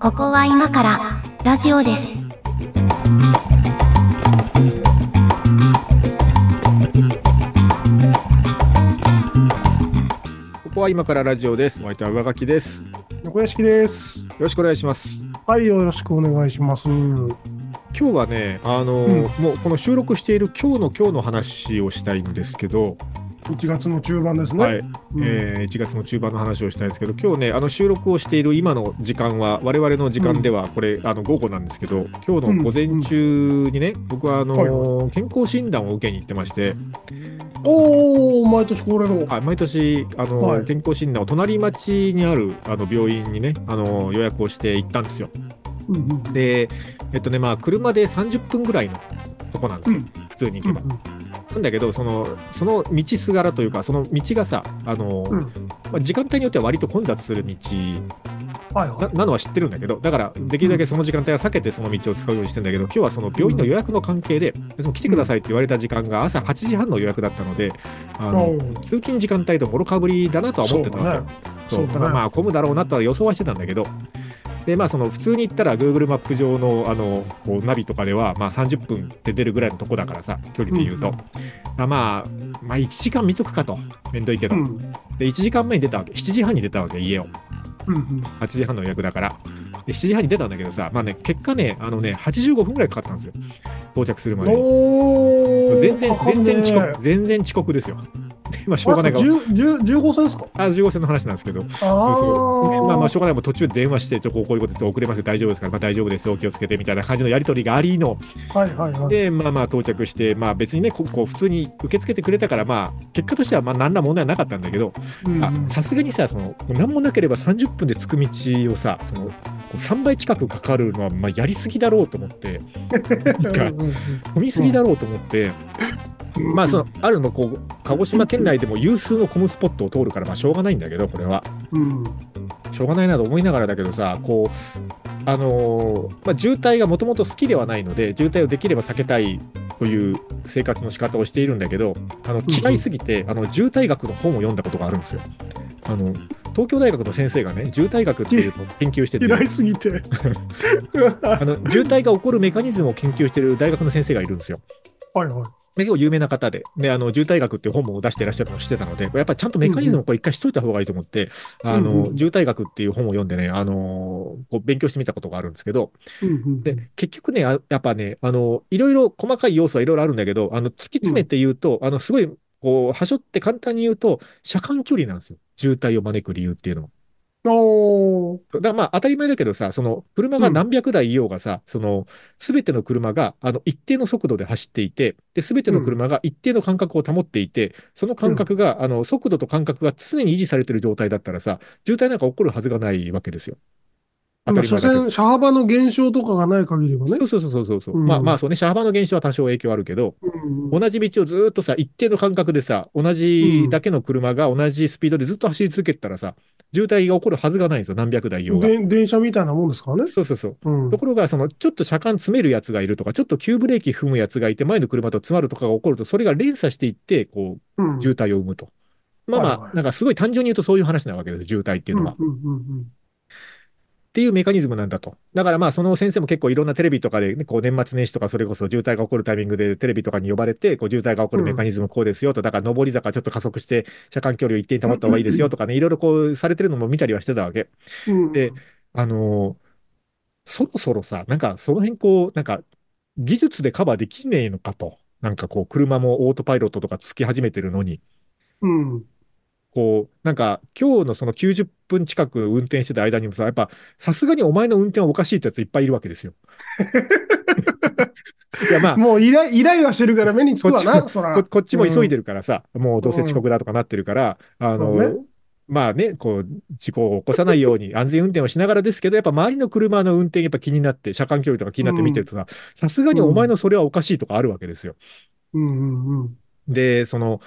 ここは今からラジオです。ここは今からラジオです。お相手は上書きです。よ横屋敷です。ろしくお願いします。はい、よろしくお願いします。今日はね、あのーもうこの収録している今日の今日の話をしたいんですけど、 1月の中盤ですね。はい、うんえー1月の中盤の話をしたいんですけど、今日ね、あの収録をしている今の時間は、我々の時間では、これ、あの午後なんですけど、今日の午前中にね、僕はあのー健康診断を受けに行ってまして、おお、毎年恒例の。あ毎年あの、はい健康診断を隣町にあるあの病院にねあの、予約をして行ったんですよ。うんうんで、えっとね、まあ、車で30分ぐらいのとこなんですよ、普通に行けば。なんだけど、その、その道すがらというか、その道がさ、あの、うんまあ、時間帯によっては割と混雑する道はいは。ないなのは知ってるんだけど、だから、できるだけその時間帯は避けてその道を使うようにしてんだけど、今日はその病院の予約の関係で、その来てくださいって言われた時間が朝8時半の予約だったので、あの、おー通勤時間帯ともろかぶりだなとは思ってたわけよ。そそううだねただまあ混むだろうなとは予想はしてたんだけど、でまあ、その普通に行ったら Google マップ上のあのこうナビとかでは、まあ、30分って出るぐらいのとこだからさ、距離で言うと、あまあ、まあ、1時間見とくかと、めんどいけうど、んうんで1時間前に出たわけ、7時半に出たわけ、家を、うん8時半の予約だから、で7時半に出たんだけどさ、まあね、結果ね、あのね85分ぐらいかかったんですよ、到着するうまん。でに。おお。全然かか全るね然遅刻、。全然遅刻ですよ。でまあ、しょうがないあかれら、 10 10 15歳ですか。あ15線の話なんですけど、ああそうそうー。まあまあ、しょうがない、もう途中電話して、ちょこうこういうことです、遅れますよ、大丈夫ですから、まあ、大丈夫ですよ、お気をつけてみたいな感じのやり取りがありの、はいはいはい。で、まあまあ、到着して、まあ別にね、ここう普通に受け付けてくれたから、まあ、結果としては、まあ、何ら問題はなかったんだけど、うんあさすがにさ、その、何もなければ30分で着く道をさ、その、3倍近くかかるのは、まあ、やりすぎだろうと思って、一回うんうん混みすぎだろうと思って、うんまあ、その、あるの、こう、鹿児島県内でも有数のコムスポットを通るから、まあ、しょうがないんだけど、これは。うんしょうがないなと思いながらだけどさ、こう、あのーまあ、渋滞がもともと好きではないので、渋滞をできれば避けたいという生活の仕方をしているんだけど、あのん嫌いすぎて、あの渋滞学の本を読んだことがあるんですよ。あの東京大学の先生がね、渋滞学っていうのを研究してて、嫌 いす ぎて。あの渋滞が起こるメカニズムを研究している大学の先生がいるんですよ。はいはい。で結構有名な方で、であの渋滞学っていう本も出していらっしゃるのをしてたので、やっぱちゃんとメカニズムをこれ一回しといた方がいいと思って、あのうんうん渋滞学っていう本を読んでね、あのこう勉強してみたことがあるんですけど、うんうんで結局ね、あやっぱね、あのいろいろ細かい要素はいろいろあるんだけど、あの突き詰めて言うと、あのすごいこう端折って簡単に言うと、車間距離なんですよ、渋滞を招く理由っていうのは。おお。だからまあ当たり前だけどさ、その車が何百台いようがさ、そのすべての車があの一定の速度で走っていて、ですべての車が一定の間隔を保っていて、その間隔が、あの速度と間隔が常に維持されてる状態だったらさ、渋滞なんか起こるはずがないわけですよ。当たまあ、り所前だけど。詮、車幅の減少とかがない限りはねそ。うそうそうそうそう。うんまあまあそうね、車幅の減少は多少影響あるけど、うん同じ道をずーっとさ、一定の間隔でさ、同じだけの車が同じスピードでずっと走り続けてたらさ、渋滞が起こるはずがないんですよ、何百台いようが。で電車みたいなもんですからね。そうそうそう。うんところが、その、ちょっと車間詰めるやつがいるとか、ちょっと急ブレーキ踏むやつがいて、前の車と詰まるとかが起こると、それが連鎖していって、こう、うん渋滞を生むと。まあまはいはあ、いなんかすごい単純に言うとそういう話なわけです、渋滞っていうのは。っうんうんうんていうメカニズムなんだと。だからまあ、その先生も結構いろんなテレビとかで、ね、こう、年末年始とか、それこそ渋滞が起こるタイミングでテレビとかに呼ばれて、こう、渋滞が起こるメカニズムこうですよと、だから上り坂ちょっと加速して、車間距離を一定に保った方がいいですよとかね、いろいろこう、されてるのも見たりはしてたわけ。うんうんであのーそろそろさ、なんかその辺こう、なんか技術でカバーできねえのかと、なんかこう、車もオートパイロットとかつき始めてるのに、うん、こう、なんか今日のその90分近く運転してた間にもさ、やっぱさすがにお前の運転はおかしいってやついっぱいいるわけですよ。 いや、まあ、もうイライライラしてるから目につくわな、そら。ここっちも急いでるからさ、もうどうせ遅刻だとかなってるから、あのそうねまあね、こう、事故を起こさないように安全運転をしながらですけど、やっぱ周りの車の運転やっぱ気になって、車間距離とか気になって見てるとさ、さすがにお前のそれはおかしいとかあるわけですよ。うんうんうん。で、その、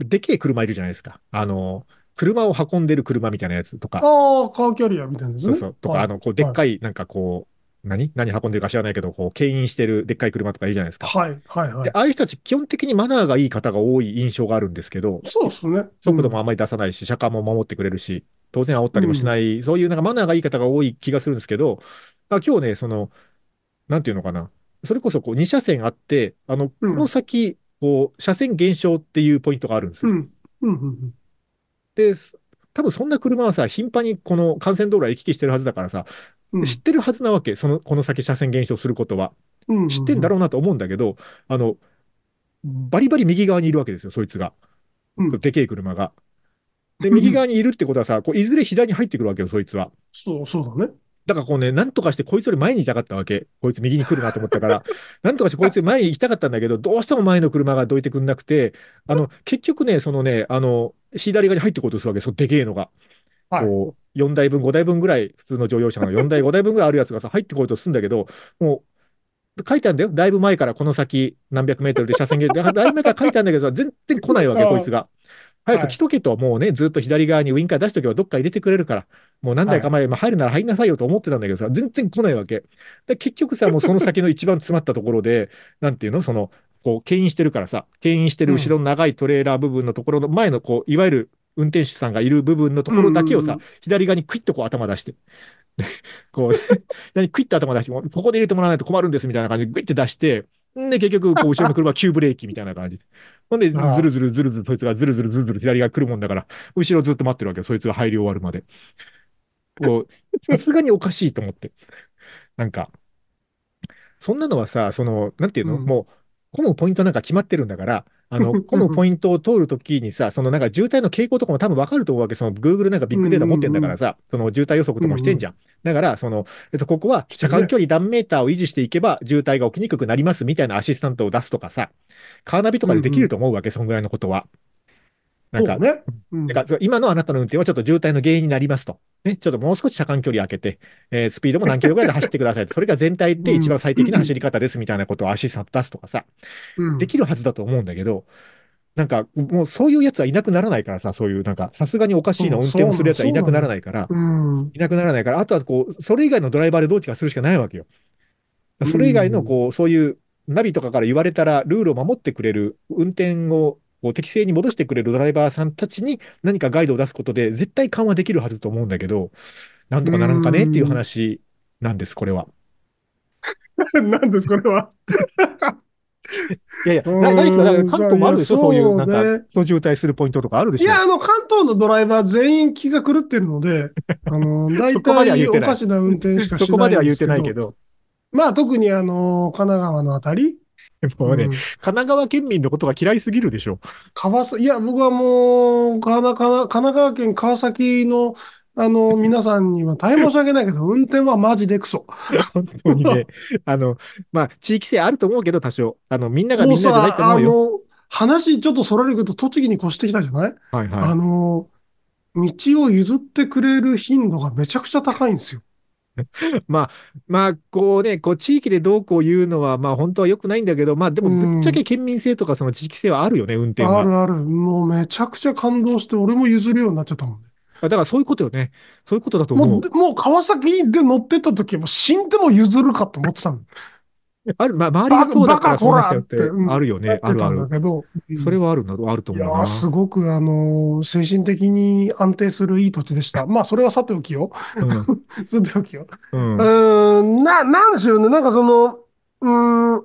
でけえ車いるじゃないですか。あの、車を運んでる車みたいなやつとか、ああ、カーキャリアみたいなですそうね。そう、とはか、いあの、こう、でっかい、なんかこう、何何運んでるか知らないけど、こう、牽引してるでっかい車とかいるじゃないですか。はい、はい、はで、い。ああいう人たち、基本的にマナーがいい方が多い印象があるんですけど、そうですね。速度もあまり出さないし、車間も守ってくれるし、当然煽ったりもしない、そういうなんかマナーがいい方が多い気がするんですけど、あ今日ね、その、なんていうのかな、それこそこう2車線あって、あの、こうんの先、こう、車線減少っていうポイントがあるんですうよ。ん。うん、うん、で、す多分そんな車はさ、頻繁にこの幹線道路は行き来してるはずだからさ、うん。知ってるはずなわけ、その、この先車線減少することは。うん知ってんだろうなと思うんだけど、あの、バリバリ右側にいるわけですよ、そいつが。うんでけえ車が。で、右側にいるってことはさ、こういずれ左に入ってくるわけよ、そいつは。そう、そうだね。だからこうね、なんとかしてこいつより前に行きたかったわけ。こいつ右に来るなと思ったから、 なんとかしてこいつより前に行きたかったんだけど、どうしても前の車がどいてくんなくて、あの、結局ね、そのね、あの、左側に入ってこうとするわけ、そのでけえのが。はいこう、4台分、5台分ぐらい、普通の乗用車の4台、5台分ぐらいあるやつがさ、入ってこようとするんだけど、もう、書いてあるんだよ。だいぶ前からこの先、何百メートルで車線限定、だいぶ前から書いてあるんだけどさ、全然来ないわけ、うんこいつが。早く来とけと、もうね、ずっと左側にウインカー出しとけばどっか入れてくれるから、もう何台か前、まあ入るなら入りなさいよと思ってたんだけどさ、全然来ないわけ。で、結局 さ、もうその先の一番詰まったところで、なんていうのその、こう、牽引してるからさ、牽引してる後ろの長いトレーラー部分のところの前の、こう、いわゆる運転手さんがいる部分のところだけをうんうんさうん、左側にクイッとこう頭出して、でこう、 左にクイッと頭出して、もうここで入れてもらわないと困るんですみたいな感じでグイッて出して、んで、結局、こう、後ろの車は急ブレーキみたいな感じで。ほんで、ずああるずるずるずる、そいつがずるずるずるずる左側来るもんだから、後ろずっと待ってるわけよ、そいつが入り終わるまで。 こう、さすがにおかしいと思って。なんか、そんなのはさ、その、なんていうの、うんもう、混むポイントなんか決まってるんだから、あの、混むポイントを通るときにさ、そのなんか渋滞の傾向とかも多分わかると思うわけ。その Google なんかビッグデータ持ってんだからさ、その渋滞予測とかもしてんじゃん。だから、その、えっと、ここは車間距離何メーターを維持していけば渋滞が起きにくくなりますみたいなアシスタントを出すとかさ、カーナビとかでできると思うわけ、そんぐらいのことは。なんかそう、ね。うんてか、今のあなたの運転はちょっと渋滞の原因になりますと。ね、ちょっともう少し車間距離開けて、えースピードも何キロぐらいで走ってください と。それが全体で一番最適な走り方ですみたいなことをアシスタント出すとかさ、うんできるはずだと思うんだけど、なんか、もうそういうやつはいなくならないからさ、そういう、なんか、さすがにおかしいなうん運転をするやつはいなくならないから、うん。 いなくならないから、あとはこう、それ以外のドライバーでどうにかするしかないわけよ。それ以外の、こう、そういうナビとかから言われたら、ルールを守ってくれる、運転をこう適正に戻してくれるドライバーさんたちに何かガイドを出すことで、絶対緩和できるはずと思うんだけど、なんとかならんかねっていう話なんです、これは。何です、これは。いやいや、うーんなないですかだから関東もあるでしょ、そそうういねう、なんか、そう渋滞するポイントとかあるでしいょ。や、あの、関東のドライバー全員気が狂ってるので、あ の、大そこまでは体言うておないかしな運転しかしないんですけ ど。そこまでは言ってないけ。ど、まあ、特にあの、神奈川のあたり。もうね、うん神奈川県民のことが嫌いすぎるでしょ。川崎、いや、僕はもう、神奈川神奈川県川崎の、あの、皆さんには大変申し訳ないけど、運転はマジでクソ。本当に ね、あの、まあ、地域性あると思うけど、多少。あの、みんな がみんなもうじゃないさ、と思あうよ。の、話ちょっとそれるけど、栃木に越してきたじゃないはいはあい。の、道を譲ってくれる頻度がめちゃくちゃ高いんですよ。まあ、こうね、こう、地域でどうこう言うのは、まあ、本当は良くないんだけど、まあ、でも、ぶっちゃけ県民性とか、その地域性はあるよね、運転あは。るある。もうめちゃくちゃ感動して、俺も譲るようになっちゃったもんね。だから、そういうことよね。そういうことだと思もうう、。でもう川崎で乗ってった時も死んでも譲るかと思ってたんある、まあ、周りがそうだから、バカそうなっちゃうってバカこらってう、んあるよだね、ってあるたあんだる。けど。それはあるな、あるとい思やうーな。すごく、あのー精神的に安定するいい土地でした。まあ、それはさておきよ。 さておきよ。うん。うんう ーん、な、なんでしょうね。なんかその、うーん、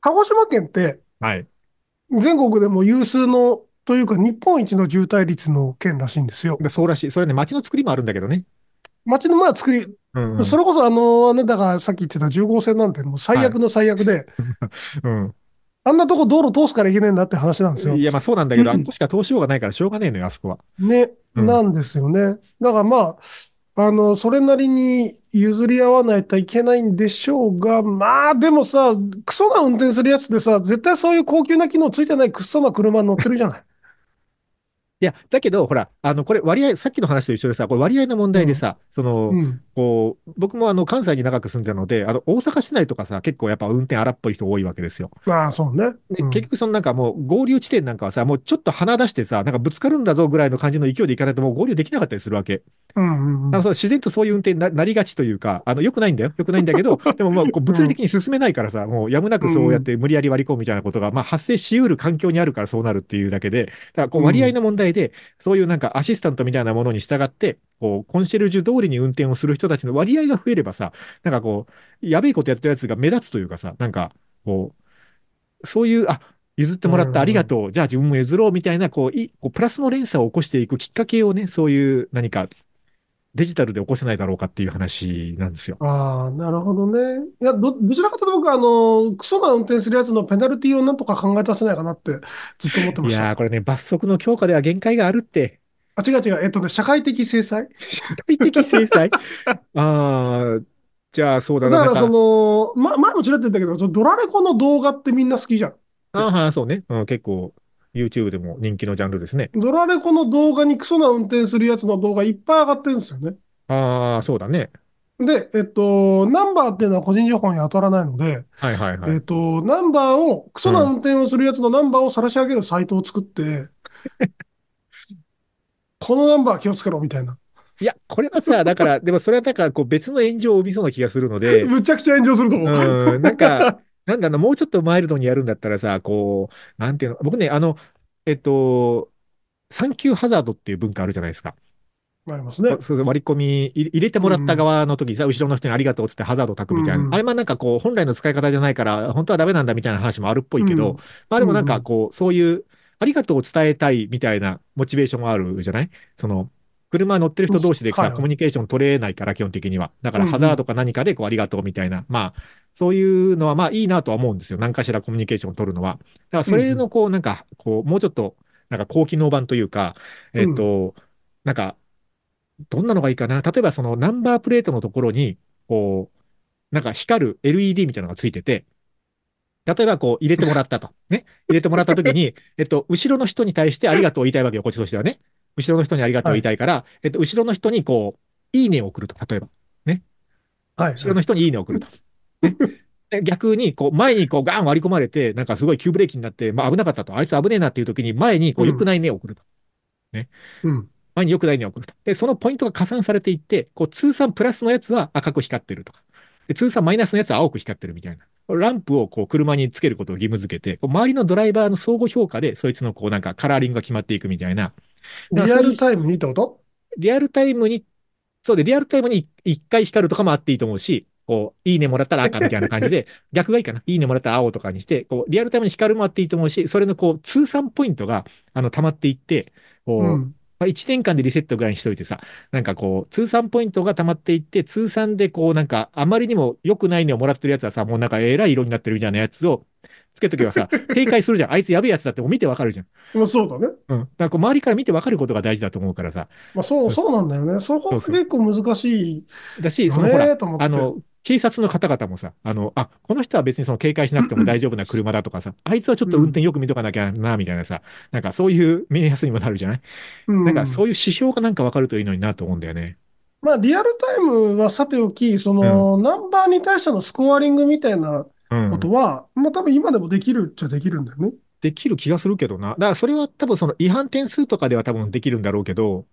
鹿児島県ってはい。全国でも有数の、というか日本一の渋滞率の県らしいんですよ。そうらしい。それはね、街の作りもあるんだけどね。街のまあ作り、うんうん。それこそあの、あなたがさっき言ってた10号線なんてもう最悪の最悪で、うんあんなとこ道路通すからいけねえんだって話なんですよい。や、まあ、そうなんだけど、あうんそこしか通しようがないから、しょうがねえのよ、あそこは。ね、うんなんですよね。だからまあ、あの、それなりに譲り合わないといけないんでしょうが、まあでもさ、クソな運転するやつでさ、絶対そういう高級な機能ついてないクソな車乗ってるじゃない。いや、だけど、ほら、あの、これ割合、さっきの話と一緒でさ、これ割合の問題でさ、 その、うん。こう、僕もあの、関西に長く住んでたので、あの、大阪市内とかさ、結構やっぱ運転荒っぽい人多いわけですよ。まあ、そうね。で、うん結局そのなんかもう合流地点なんかはさ、もうちょっと鼻出してさ、なんかぶつかるんだぞぐらいの感じの勢いで行かないともう合流できなかったりするわけ。うんうんうだんからその自然とそういう運転にななりがちというか、あの、良くないんだよ。良くないんだけ ど、でもまあ、こう物理的に進めないからさ、もうやむなくそうやって無理やり割り込むみたいなことが、まあ発生しうる環境にあるからそうなるっていうだけで、だからこう割合の問題で、そういうなんかアシスタントみたいなものに従って、こう、コンシェルジュ通りに運転をする人たちの割合が増えればさ、なんかこう、やべえことやってるやつが目立つというかさ、なんか、こう、そういう、あ、譲ってもらっうんうんた、ありがとう、じゃあ自分も譲ろうみたいな、こう、いいこうプラスの連鎖を起こしていくきっかけをね、そういう何かデジタルで起こせないだろうかっていう話なんですよ。ああ、なるほどね。いや、ど、どちらかというと僕は、あの、クソな運転するやつのペナルティをなんとか考え出せないかなってずっと思ってまいした。やー、これね、罰則の強化では限界があるって。あ、違う違う。えっとね、社会的制裁。具体的制 裁ああ、じゃあそうだだな。から、なんその、ま、前もちらっと言ったけど、そのドラレコの動画ってみんな好きじゃん。あーはーそうね。うん、結構、YouTube でも人気のジャンルですね。ドラレコの動画にクソな運転するやつの動画いっぱい上がってるんですよね。ああ、そうだね。で、えっと、ナンバーっていうのは個人情報に当たらないので、はいはいはい。えっと、ナンバーを、クソな運転をするやつのナンバーを晒し上げるサイトを 作って、このナンバー気をつけろみたいな。いや、これはさ、だから、でもそれはだから、こう別の炎上を生みそうな気がするので、むちゃくちゃ炎上すると思う。うん、なん か、なんだろうな、もうちょっとマイルドにやるんだったらさ、こう、なんていうの、僕ね、あの、えっと、サンキューハザードっていう文化あるじゃないですか。なりますね。そうそう割り込み入入れてもらった側の時にさ、後ろの人にありがとうっつってハザードを焚くみたいな。うんあれはなんかこう、本来の使い方じゃないから、本当はダメなんだみたいな話もあるっぽいけど、うんまあでもなんかこう、そういう、ありがとうを伝えたいみたいなモチベーションがあるじゃないその、車乗ってる人同士ではいさ、はいコミュニケーション取れないから、基本的には。だからうんうんハザードか何かでこう、ありがとうみたいな。まあ、そういうのはまあいいなとは思うんですよ。何かしらコミュニケーションを取るのは。だからそれのこう、なんか、こう、もうちょっと、なんか高機能版というか、えっと、なんか、どんなのがいいかな。例えばそのナンバープレートのところに、こう、なんか光る LED みたいなのがついてて、例えばこう入れてもらった と。ね。入れてもらったときに、えっと、後ろの人に対してありがとうを言いたいわけよ、こっちとしてはね。後ろの人にありがとうを言いたいから、えっと、後ろの人にこう、いいねを送ると。例えば。はい。後ろの人にいいねを送ると。ねで逆に、こう、前にこう、ガン割り込まれて、なんかすごい急ブレーキになって、まあ危なかったと。あいつ危ねえなっていうときに、前にこう、良くないねを送ると。うん。前に良くないねを送ると。で、そのポイントが加算されていって、こう、通算プラスのやつは赤く光ってるとか、で通算マイナスのやつは青く光ってるみたいな。ランプをこう、車につけることを義務付けて、こう周りのドライバーの相互評価で、そいつのこう、なんかカラーリングが決まっていくみたいな。だかリらそアういうルタイムにってことリアルタイムに、そうで、リアルタイムに一回光るとかもあっていいと思うし、こう、いいねもらったら赤みたいな感じで、 逆がいいかな。いいねもらったら青とかにして、こう、リアルタイムに光るもあっていいと思うし、それのこう、通算ポイントが、あの、溜まっていって、こう、うん。まあ、1年間でリセットぐらいにしといてさ、なんかこう、通算ポイントが溜まっていって、通算でこう、なんか、あまりにも良くないのをもらってるやつはさ、もうなんかえらい色になってるみたいなやつをつけとけば さ、警戒するじゃん。あいつやべえやつだってもう見てわかるじゃん。まあ、そうだね。うん。だからこう周りから見てわかることが大事だと思うからさ。まあ、そう、そうなんだよね。そこが結構難しいだし、よそのほら、ね、と思って。あの、警察の方々もさ、あの、あ、この人は別にその警戒しなくても大丈夫な車だとかさ、あいつはちょっと運転よく見とかなきゃな、みたいなさ、なんかそういう目安にもなるじゃないうんなんかそういう指標がなんかわかるといいのになと思うんだよね。まあ、リアルタイムはさておき、その、ナンバーに対してのスコアリングみたいなうんことは、まあ、多分今でもできるっちゃできるんだよね。できる気がするけどな。だからそれは多分その違反点数とかでは多分できるんだろうけど、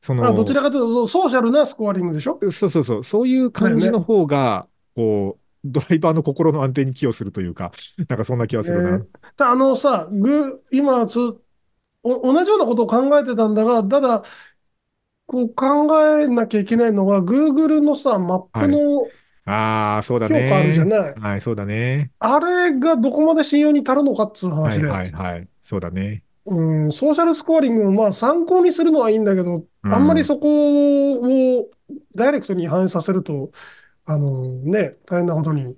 そまあ、の、どちらかというと、そうソーシャルなスコアリングでしょそうそうそう、そういう感じの方が、こう、ドライバーの心の安定に寄与するというか、なんかそんな気がするな。ねたあのさ、ぐ、今つ、お、同じようなことを考えてたんだが、ただ、こう考えなきゃいけないのが、Google のさ、マップのああ、そうだ評価あるじゃね。ない。はい、そうだね。あれがどこまで信用に足るのかっつうは話いで。はいはい。そうだね。うん、ソーシャルスコアリングもまあ参考にするのはいいんだけど、あんまりそこをダイレクトに反映させると、あのね、大変なことに。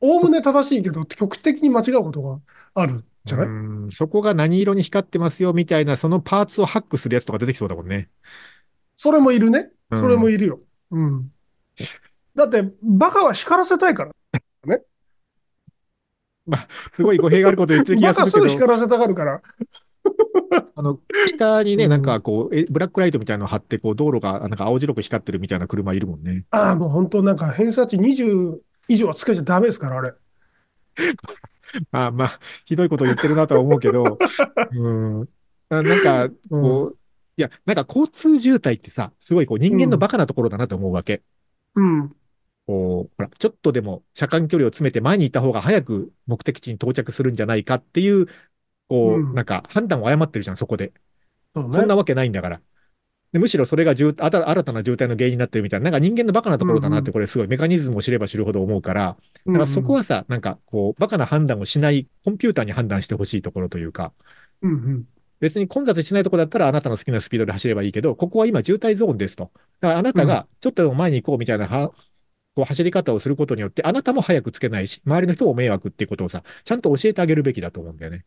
おおむね正しいけど、局地的に間違うことがあるじゃないうんそこが何色に光ってますよみたいな、そのパーツをハックするやつとか出てきそうだもんね。それもいるね。うんそれもいるよ。うん。だって、バカは光らせたいから。すごい語弊があること言ってる気バがすカるけすど。ぐ光らせたがるから。あの、下にね、うんなんかこう、えブラックライトみたいなの貼って、こう、道路がなんか青白く光ってるみたいな車いるもんね。ああ、もう本当なんか偏差値20以上はつけちゃダメですから、あれ。まあまあ、ひどいこと言ってるなとは思うけ ど、うん。あなんか、こう、いや、なんか交通渋滞ってさ、すごいこう人間のバカなところだなと思うわけ。うん。こう、ほら、ちょっとでも車間距離を詰めて前に行った方が早く目的地に到着するんじゃないかっていう、こうんう、なんか判断を誤ってるじゃん、そこで。そうそんなね。わけないんだから。でむしろそれが渋あた新たな渋滞の原因になってるみたいな、なんか人間のバカなところだなっうんうて、これすごいメカニズムを知れば知るほど思うから、だだからそこ、はさ、なんかこう、バカな判断をしない、コンピューターに判断してほしいところというか、うんうん。別に混雑しないとこだったらあなたの好きなスピードで走ればいいけど、ここは今渋滞ゾーンですと。だからあなたがちょっとでも前に行こうみたいなは、こう走り方をすることによって、あなたも早くつけないし、周りの人も迷惑っていうことをさ、ちゃんと教えてあげるべきだと思うんだよね。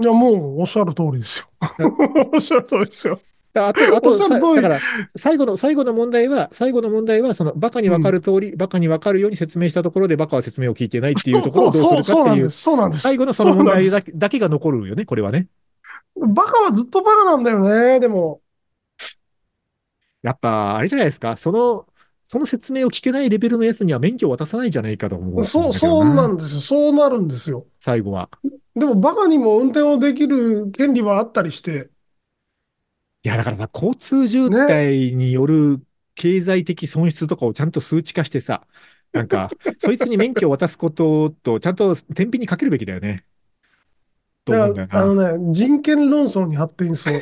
いや、もうおっしゃる通りですよ。 おっしゃる通りですよ。だからあと、あおとっしゃさ、るだ通りから、最後の、最後の問題は、最後の問題は、その、バカにわかる通り、バカにわかるように説明したところで、バカは説明を聞いてないっていうところをどうするそうそうそかっうなてんいでう、す。そうなんです。最後のその問題だけ。けだけが残るよね、これはね。バカはずっとバカなんだよね、でも。やっぱ、あれじゃないですか、その、その説明を聞けないレベルのやつには免許を渡さないんじゃないかと思う。そう、そうなんですよ。そうなるんですよ。最後は。でも、バカにも運転をできる権利はあったりして、いや、だからさ、交通渋滞による経済的損失とかをちゃんと数値化してさ、なん か、そいつに免許を渡すことと、ちゃんと天秤にかけるべきだよね。と思うんだだよから、あな。いのね、人権論争に発展しそう。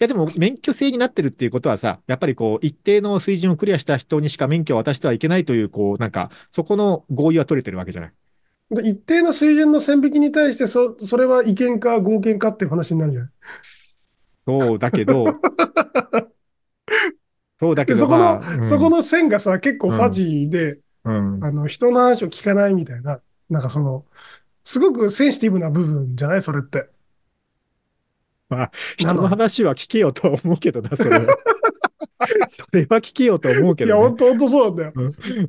や、でも、免許制になってるっていうことはさ、やっぱりこう、一定の水準をクリアした人にしか免許を渡してはいけないという、こう、なんか、そこの合意は取れてるわけじゃない。で一定の水準の線引きに対してそ、それは違憲か合憲かっていう話になるじゃない。そうだけ ど、そうだけで、ど、そこの、まあうんそこの線がさ、結構ファジーで、うんあの、人の話を聞かないみたいな、なんかその、すごくセンシティブな部分じゃないそれって。まあ、な人のの話は聞けよとは思うけどな、それ は。それは聞けよと思うけいや、どほねんと、ほんとそうなんだよ。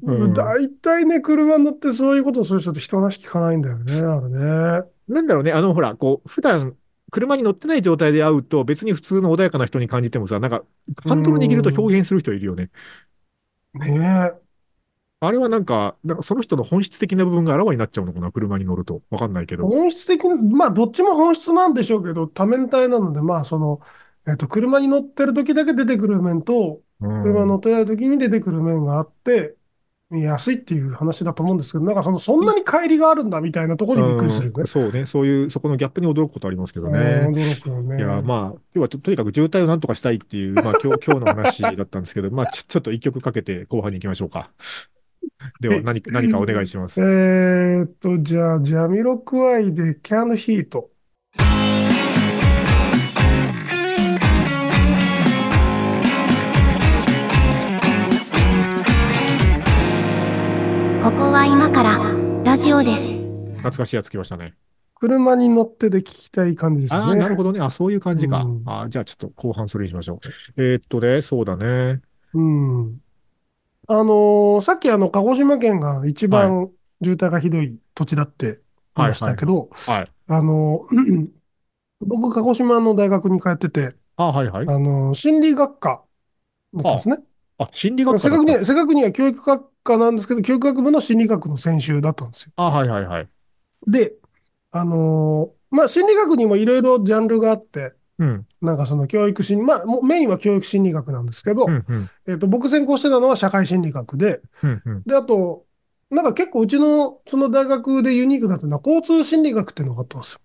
うん大体ね、車乗ってそういうことする人って人の話聞かないんだよね、あれね。なんだろうね、あの、ほら、こう、普段、車に乗ってない状態で会うと、別に普通の穏やかな人に感じてもさ、なんか、ハンドル握ると表現する人いるよね。ねあれはなんか、なんかその人の本質的な部分があらわになっちゃうのかな、車に乗ると。わかんないけど。本質的に、まあ、どっちも本質なんでしょうけど、多面体なので、まあ、その、えっと、車に乗ってる時だけ出てくる面と、うん車に乗ってない時に出てくる面があって、見えやすいっていう話だと思うんですけど、なんかその、そんなに乖離があるんだみたいなところにびっくりするようんね。そうね、そういう、そこのギャップに驚くことありますけどうねん。驚くよね。いや、まあ、今日はととにかく渋滞をなんとかしたいっていう、まあ、今日、今 日の話だったんですけど、まあ、ちょちょっと一曲かけて後半に行きましょう か。では、何、何かお願いしますえ。ーっと、じゃあ、ジャミロクワイで Can Heat。ここは今からラジオです。懐かしいやつ来ましたね。車に乗ってで聞きたい感じですよああ、ね。なるほどね。あ、そういう感じか。うんあーじゃあ、ちょっと後半それにしましょう。えーっとね、そうだね。うん。あのーさっきあの、鹿児島県が一番渋滞がひどい土地だって言いましたけど、はい。あのー 僕、鹿児島の大学に通ってて、あーはいはい。あのー心理学科だったんですね。あ、心理学科正だった確には、正確には教育学科なんですけど、教育学部の心理学の専修だったんですよ。あーはいはいはい。で、あのーまあ、心理学にもいろいろジャンルがあって、うん。なんかその教育心理、まあ、もうメインは教育心理学なんですけどう、ん、うん。えっと、僕専攻してたのは社会心理学で、うん、うん。で、あと、なんか結構うちのその大学でユニークだったのは交通心理学っていうのがあったんですよ。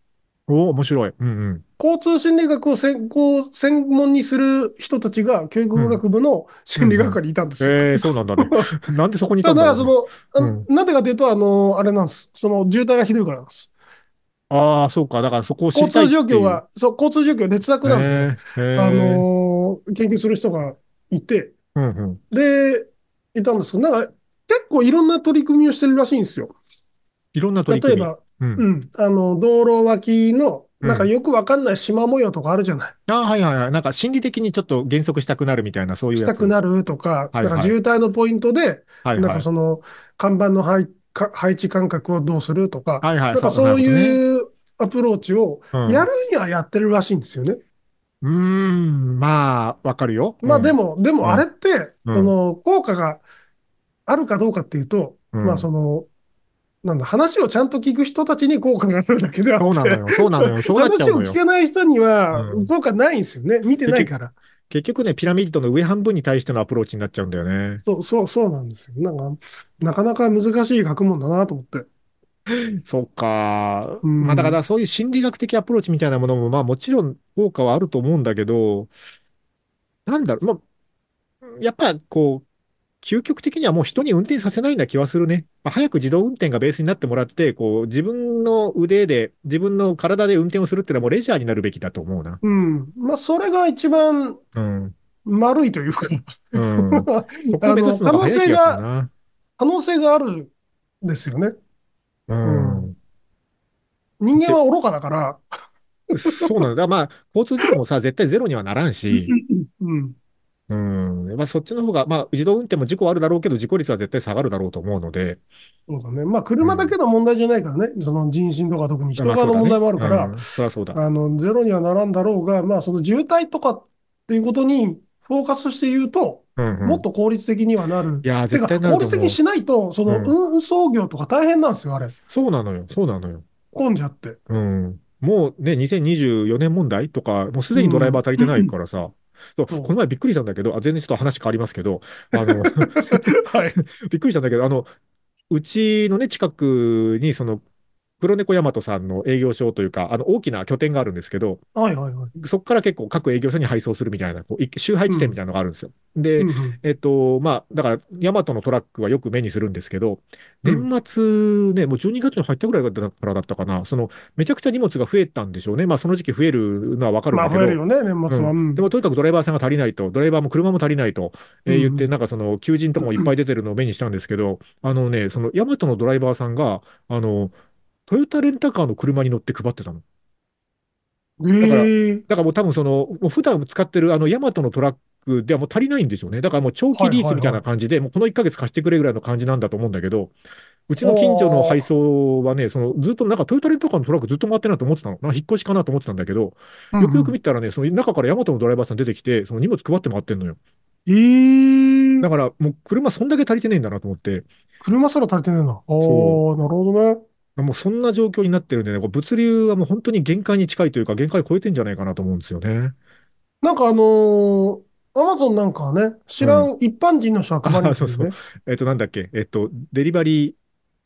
おー面白い。うん、うん。交通心理学を専攻、専門にする人たちが教育学部の心理学科にいたんですよ。ええー、そうなん だね。なんでそこにいたたんだろだ、うそね、の、あうんなんでかというと、あの、あれなんです。その渋滞がひどいからなんです。ああ、そうか。だからそこを知り交たい通っていう状況が、そう、交通状況が劣悪なんで、えーえーあの、研究する人がいて、うんうん。で、いたんですけど、なんか結構いろんな取り組みをしてるらしいんですよ。いろんな取り例組えみ。ば、うんうん、あの、道路脇の、うんなんかよくわかんない縞模様とかあるじゃない。あはいはいはい。なんか心理的にちょっと減速したくなるみたいな、そういうしやつ。たくなるとか、はいはいなんか渋滞のポイントで、はいなんはいか。その、看板の入っか配置感覚をどうするとか、はいはい。なんかそういうアプローチをうん、やるにはやってるらしいんですよね。うーん、まあ、わかるよ。まあでも、も、でうんもあれって、うんその効果があるかどうかっていうと、うんまあその、なんだ、話をちゃんと聞く人たちに効果があるだけであそうっなのて、よ。そうなのよ。そうなっちゃ話う をのよ。聞かない人にはうん効果ないんですよね。見てないから。結局ね、ピラミッドの上半分に対してのアプローチになっちゃうんだよね。そう、そう、そうなんですよ。なんか、なかなか難しい学問だなと思って。そうか。うんまあ、だからそういう心理学的アプローチみたいなものも、まあもちろん効果はあると思うんだけど、なんだろう、まあ、やっぱこう、究極的にはもう人に運転させないような気はするね。まあ、早く自動運転がベースになってもらって、こう、自分の腕で、自分の体で運転をするってのはもうレジャーになるべきだと思うな。うん。まあそれが一番うん。丸いというか、うん。そこを あ目指の、すのが可能早い性気がすがる、な。可能性があるんですよね。うん。人間は愚かだから、そうなんだ。まあ、交通事故もさ、絶対ゼロにはならんし、うん。うん。まあ、そっちの方が、まあ、自動運転も事故はあるだろうけど、事故率は絶対下がるだろうと思うので。そうだね。まあ、車だけの問題じゃないからね。その人身とか特に人側の問題もあるかうらん、そりゃそうだ。あの、ゼロにはならんだろうが、まあ、その渋滞とかっていうことにフォーカスして言うと、うんうんもっと効率的にはなる。いやー、て絶か、対なる効と率的思うに。しないと、その運送業とか大変なんですよ、あれ。そうなのよ。そうなのよ。混んじゃって。うん。もうね、2024年問題とか、もうすでにドライバー足りてないからさ。そうそうこの前びっくりしたんだけど、あ、全然ちょっと話変わりますけ ど、あの、はい。 びっくりしたんだけど、あの、うちのね、近くに、その、黒猫大和さんの営業所というか、あの、大きな拠点があるんですけど、はいはいはい。そこから結構各営業所に配送するみたいな、こうい集配地点みたいなのがあるんですよ。で、うんうんえっと、まあ、だから、ヤマトのトラックはよく目にするんですけど、うん年末ね、もう12月に入ったぐらいだからだったかな、その、めちゃくちゃ荷物が増えたんでしょうね。まあ、その時期増えるのはわかるんまだあ、けど。増えるよね、年末は。うんでもとにかくドライバーさんが足りないと、ドライバーも車も足りないと、えーうん言って、なんかその求人とかもいっぱい出てるのを目にしたんですけど、あのね、そのヤマトのドライバーさんが、あの、トヨタレンタカーの車に乗って配ってたの。ええだからもう多分その、もう普段使ってるあのヤマトのトラックではもう足りないんでしょうね。だからもう長期リースみたいな感じで、もうこの1ヶ月貸してくれぐらいの感じなんだと思うんだけど、うちの近所の配送はね、そのずっとなんかトヨタレンタカーのトラックずっと回ってないと思ってたの。なんか引っ越しかなと思ってたんだけど、よくよく見たらね、その中からヤマトのドライバーさん出てきて、その荷物配って回ってんのよ。ええだからもう車そんだけ足りてねえんだなと思って、車すら足りてねえな。ああ、なるそほどね。もうそんな状況になってるんでね、こう物流はもう本当に限界に近いというか、限界を超えてんじゃないかなと思うんですよね。なんかあのアマゾンなんかはね、知らん一般人の人は配りますよね。あそうえっと、なんだっけ、えっと、デリバリー、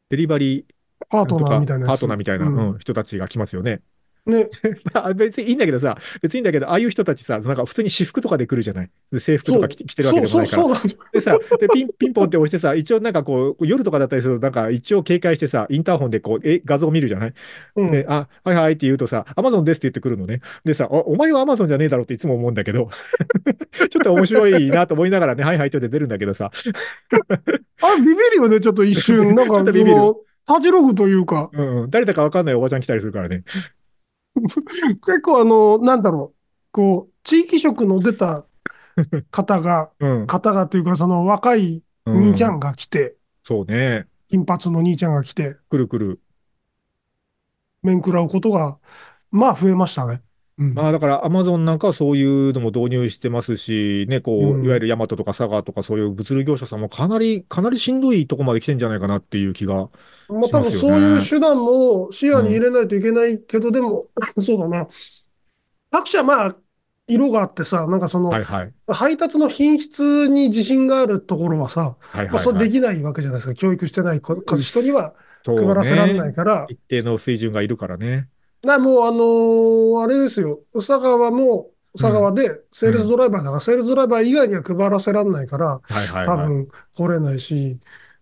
デリバリー、パーとトナかーみたいなやパつ。ートナーみたいな、うんうん人たちが来ますよね。 ね、まあ別にいいんだけどさ、別にいいんだけど、ああいう人たちさ、なんか普通に私服とかで来るじゃない。で制服とか着て着てるわけそうでもそないから。うそうなんだ。でさ、でピン、ピンポンって押してさ、一応なんかこう、夜とかだったりすると、なんか一応警戒してさ、インターホンでこう、え、画像を見るじゃないうんで、あ、はいはいって言うとさ、アマゾンですって言ってくるのね。でさ、お、お前はアマゾンじゃねえだろっていつも思うんだけど、 ちょっと面白いなと思いながらね、はいはいって出るんだけどさ、あ、ビビるよね、ちょっと一瞬。なんか、 ちょっとビビるそのタジログというか、うんうん、誰だかわかんないおばちゃん来たりするからね。結構あの、なんだろう、こう、地域色の出た方が、うん。方がというか、その若いうん兄ちゃんが来て、そうね。金髪の兄ちゃんが来て、くるくる。面食らうことが、まあ増えましたね。うん。まあだから、アマゾンなんかはそういうのも導入してますし、ね、こうう、んいわゆるヤマトとかサガとかそういう物流業者さんもかなり、かなりしんどいとこまで来てんじゃないかなっていう気が。まあし多ま分すよねそういう手段も視野に入れないといけないけど、で も、そうだな。各社まあ、色があってさ、なんかそのはいはい。配達の品質に自信があるところはさ、はいはい、まはあい。それできないわけじゃないですか。教育してないこうん人にはそう配らせられないね。から。一定の水準がいるからね。な、もうあのーあれですよ。宇佐川も、宇佐川でセールスドライバーだから、セールスドライバー以外には配らせられないから、はいはい、多はい。分来れないし、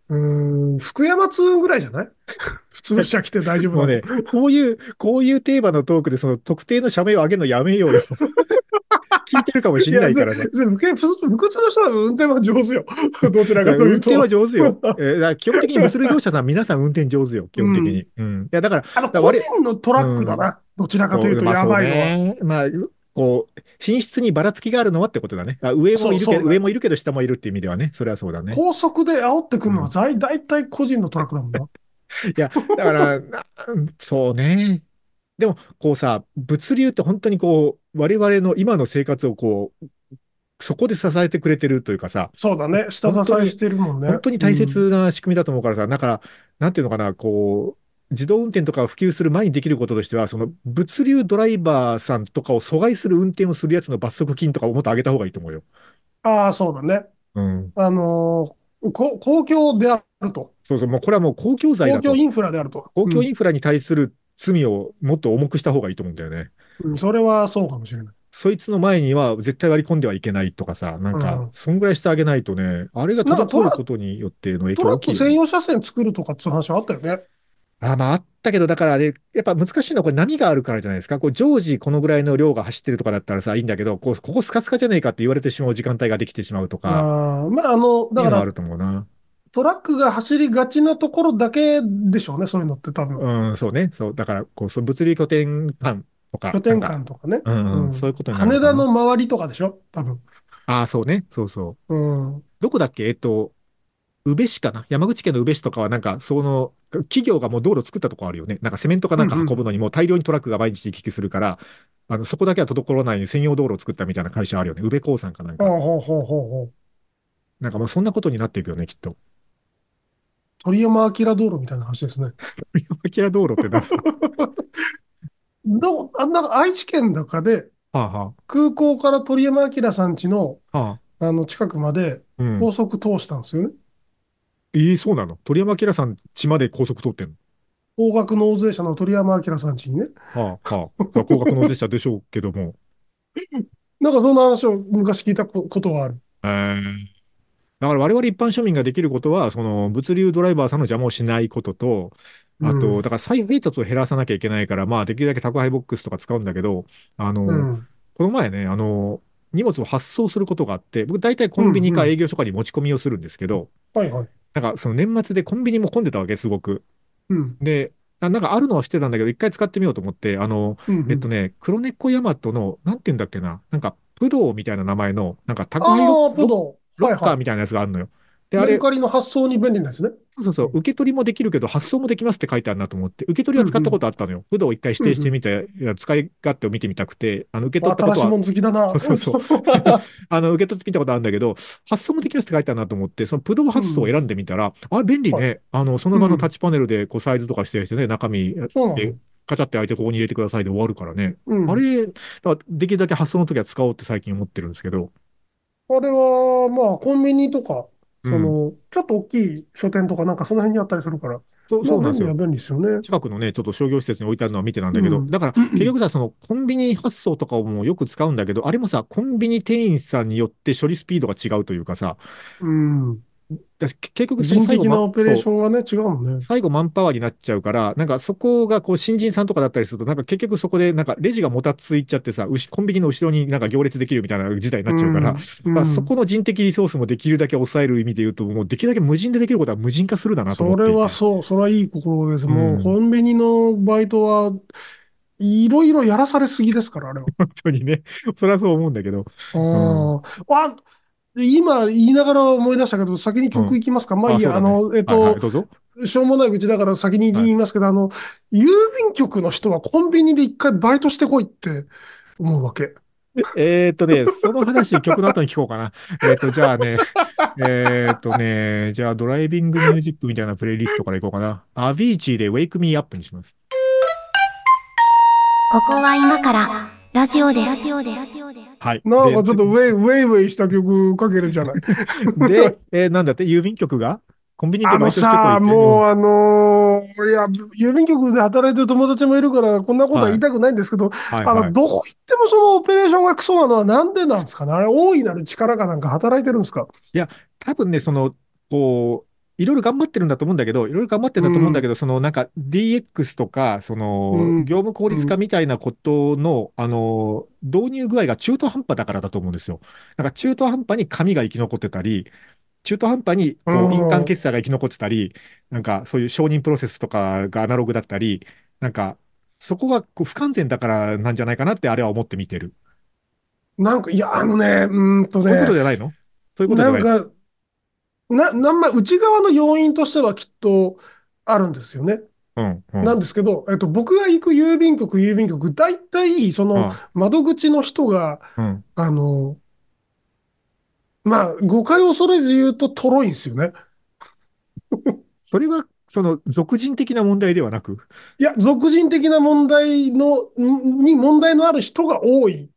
うーん、福山通ぐらいじゃない 普通車来て大丈夫もなうのね、こういう、こういうテーマのトークで、その特定の社名を上げるのやめようよ。 聞いてるかもしんないからね。いやぜぜ不不屈の人は運転は上手よ。 どちらかと運いうと。転は上手よ。えーだから基本的に物流業者さん、皆さん運転上手よ、基本的に。うん。いや、だから、あの、個人のトラックだな。どちらかというと、まあやばいのは。そうねまあ、こう、品質にばらつきがあるのはってことだね。あ上もいるけそうそう上もいるけど下もいるっていう意味ではね。それはそうだね。高速で煽ってくるのは在、大体個人のトラックだも んな。いや、だから、なそうね。でも、こうさ、物流って本当にこう、我々の今の生活をこう、そこで支えてくれてるというかさ、そうだね。下支えしてるもんね。本当に大切な仕組みだと思うからさ、だから、なんていうのかな、こう、自動運転とかが普及する前にできることとしては、その物流ドライバーさんとかを阻害する運転をするやつの罰則金とかをもっと上げた方がいいと思うよ。うん。ああ、そうだね。うん。あのーこ公共であると。そうそう、もうこれはもう公共財公だと共。インフラであると。公共インンフラに対する罪をもっと重くした方がいいと思うんだよね。フラ。それはそうかもしれない。そいつの前には絶対割り込んではいけないとかさ、なんうかん、そんぐらいしてあげないとね、あれがなんかト滞ラることによっての影響トラ大ッきクい専よね。用車線作るとかっていう話あったよね。あ、まああったけど、だからあれ、やっぱ難しいのはこれ波があるからじゃないですか。こう常時このぐらいの量が走ってるとかだったらさ、いいんだけど、こうここスカスカじゃねえかって言われてしまう時間帯ができてしまうとあか、あーまあ、あの、ってだいうのかはあらると思うな。トラックが走りがちなところだけでしょうね。そういうのって多分。うん、そうね。そう、だから、こう、そう物理拠点間とか、拠点なんか間とかね。うん、う、うんんそういうことになる羽か田な。の周りとかでしょ。多分。ああ、そうね。そうそう。うん。どこだっけえっと、宇部市かな山口県の宇部市とかはなんか、その、企業がもう道路作ったとこあるよね。なんかセメントかなんか運ぶのにもう大量にトラックが毎日行き来するから、あの、そこだけは滞らないように専用道路を作ったみたいな会社あるよね。宇部興産かなんほうか。ほうほうほうほう。なんかもうそんなことになっていくよね、きっと。鳥山明道路みたいな話ですね。山際道路ってなんす かどう、あんな愛知県だかで、はあは空港から鳥山明さん家の、あ。はあ。あの近くまでうん。高速通したんですよね。ええ、そうなの鳥山明さん、血まで高速通ってんの高額納税者の鳥山明さん家にね。はあ、はあ。そりゃ高額の出したでしょうけども。なんかそんな話を昔聞いたこことがある。えーだから我々一般庶民ができることは、その物流ドライバーさんの邪魔をしないことと、あうと、んだから再配達を減らさなきゃいけないから、まあできるだけ宅配ボックスとか使うんだけど、あの、うん。この前ね、あの、荷物を発送することがあって、僕大体コンビニうかんうん営業所かに持ち込みをするんですけど、はいはい。なんかその年末でコンビニも混んでたわけ、すごく。うん。で、あなんかあるのはしてたんだけど、一回使ってみようと思って、あの、うんえっとね、黒猫ヤマトの、なんて言うんだっけな、なんか、プドーみたいな名前の、なんか宅配あロあ、プド。ロはいッカはーい。みたいなやつがあるのよ。で、あメれル、カリの発送に便利なやつね。そうそうそう、受け取りもできるけど、発送もできますって書いてあるなと思って、受け取りは使ったことあったのよ。武道を一回指定してみて、いや使い勝手を見てみたくて、あの受け取ったこ新としいは、もん好きだな。そうそう そあの受け取ってみたことあるんだけど、発送もできますって書いてあるなと思って、その武道発送を選んでみたら、あ、便利ね。あの、その場のタッチパネルでこうサイズとか指定してね、中身、そうなのえカチャって開いてここに入れてくださいで終わるからね。うんあれ、だからできるだけ発送の時は使おうって最近思ってるんですけど、あれは、まあ、コンビニとか、うんその、ちょっと大きい書店とかなんかその辺にあったりするから、そうそうまなあ、んです便利よは。便利ですよね。近くのね、ちょっと商業施設に置いてあるのは見てなんだけど、うんだから結局さ、そのコンビニ発送とかをもうよく使うんだけど、あれもさ、コンビニ店員さんによって処理スピードが違うというかさ、うん。だし結局人的なオペレーシン。ョンがね、違うもんね。最後マンパワーになっちゃうから、なんかそこがこう新人さんとかだったりすると、なんか結局そこでなんかレジがもたついちゃってさ、うしコンビニの後ろになんか行列できるみたいな事態になっちゃうから、うんまあそこの人的リソースもできるだけ抑える意味で言うと、もうできるだけ無人でできることは無人化するだなと思そっていれて。はそう、それはいい心です。もううんコンビニのバイトは、いろいろやらされすぎですから、あ れは。 本当にね、それはそう思うんだけど、あーあ、今言いながら思い出したけど、先に曲いきますか。まあいいあや、あその、えっはいはい、と、どうぞ。しょうもない愚痴だから先に言いますけど、あの、郵便局の人はコンビニで一回バイトしてこいって思うわけ。えーっとね、その話、曲の後に聞こうかな。えーっと、じゃあね、えーっとね、じゃあドライビングミュージックみたいなプレイリストからいこうかな。アビーチーで Wake Me Up にします。ここは今からラジオです。ラジオです。はい。なんかちょっとでウェイ、ウェイウェイした曲かけるじゃない。で、えーなんだって、郵便局がコンビニであバイのトしてこいってさ、もうあのーいや、郵便局で働いてる友達もいるから、こんなことは言いたくないんですけど、はいあはの、い。どこ行ってもそのオペレーションがクソなのはなんでなんですかねあれ、大いなる力かなんか働いてるんですか多分ね、その、こう、いろいろ頑張ってるんだと思うんだけど、いろいろ頑張ってるんだと思うんだけど、そのなんか DX とか、その、うん業務効率化みたいなことの、あの、導入具合が中途半端だからだと思うんですよ。なんか中途半端に紙が生き残ってたり、中途半端にこうんう印鑑決済が生き残ってたり、なんかそういう承認プロセスとかがアナログだったり、なんかそこがこう不完全だからなんじゃないかなってあれは思って見てる。なんか、いや、あのね、うーんとそういうことね、じゃないのそういうことじなゃなんいか、な、なんま、内側の要因としてはきっとあるんですよね。うんうんなんですけど、えっと、僕が行く郵便局、郵便局、大体、その、窓口の人が、うんうんあの、まあ、誤解を恐れず言うと、とろいんですよね。それは、その、俗人的な問題ではなく、いや、俗人的な問題の、んに問題のある人が多い。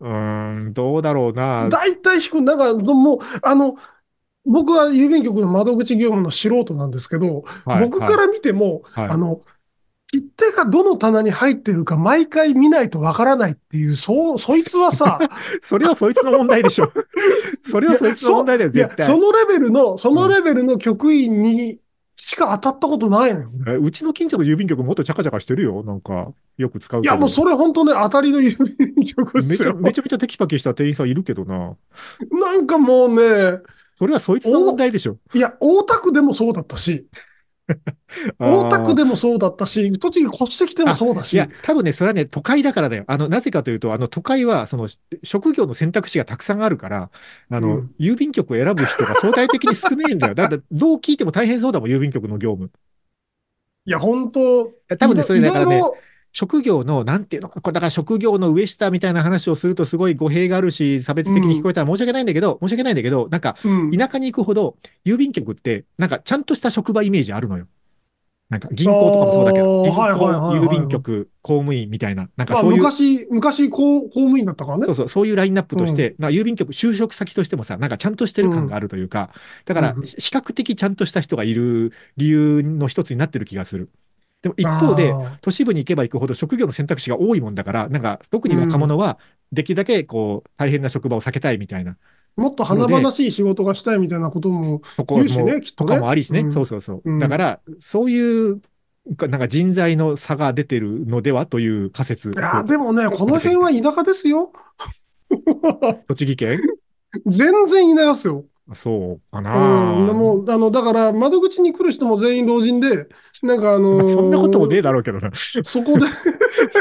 うーん、どうだろうな。大体低く、なんか、もう、あの、僕は郵便局の窓口業務の素人なんですけど、はい僕から見ても、はいあの、切手がどの棚に入ってるか毎回見ないとわからないっていう、そう、そいつはさ、それはそいつの問題でし ょ。それはそいつの問題だよ、いや 絶、そ対。のレベルの、そのレベルの局員にしか当たったことないのよ。えうちの近所の郵便局もっとチャカチャカしてるよ。なんか、よく使ういけど。や、もうそれ本当ね、当たりの郵便局でめすちゃよ。めちゃめちゃテキパキした店員さんいるけどな。なんかもうね、それはそいつの問題でしょ。いや、大田区でもそうだったし、大田区でもそうだったし、栃木越してきてもそうだいし、や、多分ね、それはね、都会だからだよ。あの、なぜかというと、あの、都会は、その、し職業の選択肢がたくさんあるから、あの、うん郵便局を選ぶ人が相対的に少ないんだよ。だって、どう聞いても大変そうだもん、郵便局の業務。いや、本当、多分ね、いそれろいだからね、ろ、職業の、なんていうのか、これだから職業の上下みたいな話をすると、すごい語弊があるし、差別的に聞こえたら申し訳ないんだけど、申し訳ないんだけど、なんか、うん田舎に行くほど、郵便局って、なんか、ちゃんとした職場イメージあるのよ。なんか、銀行とかもそうだけど、あー銀行、はいはいはいはい郵便局、公務員みたいな、なんまかあ、そういう。昔、昔公、公務員だったからねそう。そう、そういうラインナップとして、なんか郵便局、就職先としてもさ、なんかちゃんとしてる感があるというか、だからうん、比較的ちゃんとした人がいる理由の一つになってる気がする。でも一方であ、ー都市部に行けば行くほど職業の選択肢が多いもんだから、なんか特に若者は、できるだけこう、大変な職場を避けたいみたいな、もっと華々しい仕事がしたいみたいなことも、とこも言うしねきっととねかもありしね、うんそうそうそうう。んだから、そういう、なんか人材の差が出てるのではという仮説い。や、でもね、この辺は田舎ですよ。 栃木県全然田舎ですよ。そうかなうん、もう、あの、だから、窓口に来る人も全員老人で、なんかあのまあーそんなこともねえだろうけどな。そこで、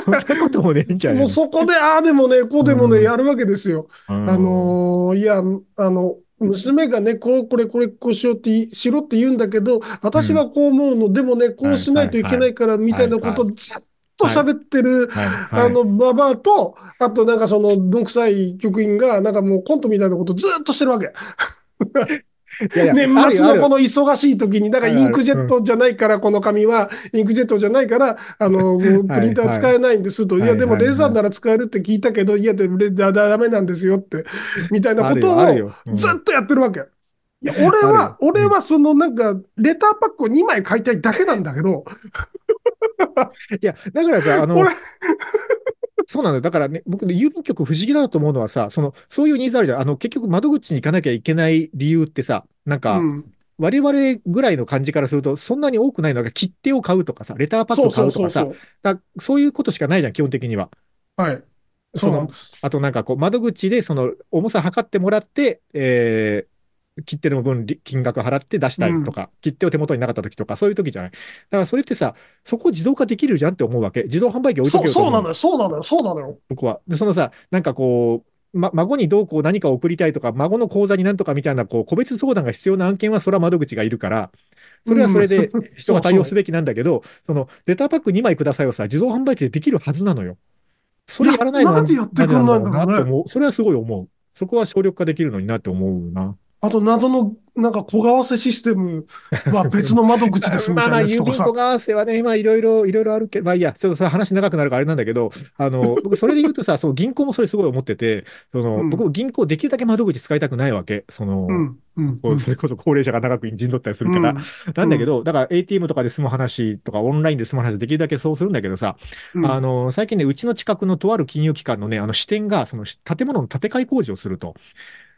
そんなこともねえんじゃないもうそこで、ああでもね、こうでもうね、んやるわけですよ。ああのーいや、あの、娘がね、こう、これ、これ、こうしようってい、しろって言うんだけど、私はこう思うの、でもね、こうしないといけないから、みたいなこと、ずっと喋ってる、はいはいあの、ババアと、あとなんかその、どんくさい局員が、なんかもうコントみたいなことずっとしてるわけ。いやいや年ある末よあるのこの忙しい時に、だからあるあイるンクジェットじゃないから、この紙は、インクジェットじゃないから、あの、プリンター使えないんですと、いはいや、でもはいはいレーザーなら使えるって聞いたけど、いや、でもレだ、だ、ダメなんですよって、みたいなあこるとよあるをようんずっとやってるわけ。いや、俺は、あるようん俺はそのなんか、レターパックを2枚買いたいだけなんだけど、いや、だからさ、あの俺、 そうなんだよ。だからね、僕ね、郵便局不思議だなと思うのはさ、その、そういうニーズあるじゃん。あの、結局窓口に行かなきゃいけない理由ってさ、なんうか、ん我々ぐらいの感じからすると、そんなに多くないのが、切手を買うとかさ、レターパックそを買うそううとそうかそさ、う。だそういうことしかないじゃん、基本的には。はい。そそうのなんです。あとなんかこう、窓口でその重さ測ってもらって、えー切手の分、り金額払って出したいとか、切手を手元になかった時とか、そういう時じゃない。だからそれってさ、そこ自動化できるじゃんって思うわけ。自動販売機置いとそけう、よとそう思なうのよ、そうなのよ、そうなのよ。僕は。で、そのさ、なんかこう、ま、孫にどうこう何か送りたいとか、孫の口座になんとかみたいな、こう、個別相談が必要な案件は、それは窓口がいるから、それはそれでうん人が対応すべべきなんだけど、その、レターパック2枚くださいをさ、自動販売機でできるはずなのよ。それやらないのいやなんでやってくんないんだろうねぜなと思う。それはすごい思う。そこは省力化できるのになって思うな。あと謎の、なんか小為替システム は別の窓 口ですみまたあまいなあ、郵やつと便かさ小。為替はね、まあいろいろ、いろいろあるけど、まあいいや、ちょっとさ、話長くなるからあれなんだけど、あの、 僕それで言うとさ、そう銀行もそれすごい思ってて、その、うん僕も銀行できるだけ窓口使いたくないわけ。その、うん、うん、こうそれこそ高齢者が長く陣取ったりするから。なんだけど、だから ATM とかで済む話とか、オンラインで済む話できるだけそうするんだけどさ、うんあの、最近ね、うちの近くのとある金融機関のね、あの支店が、その建物の建て替え工事をすると。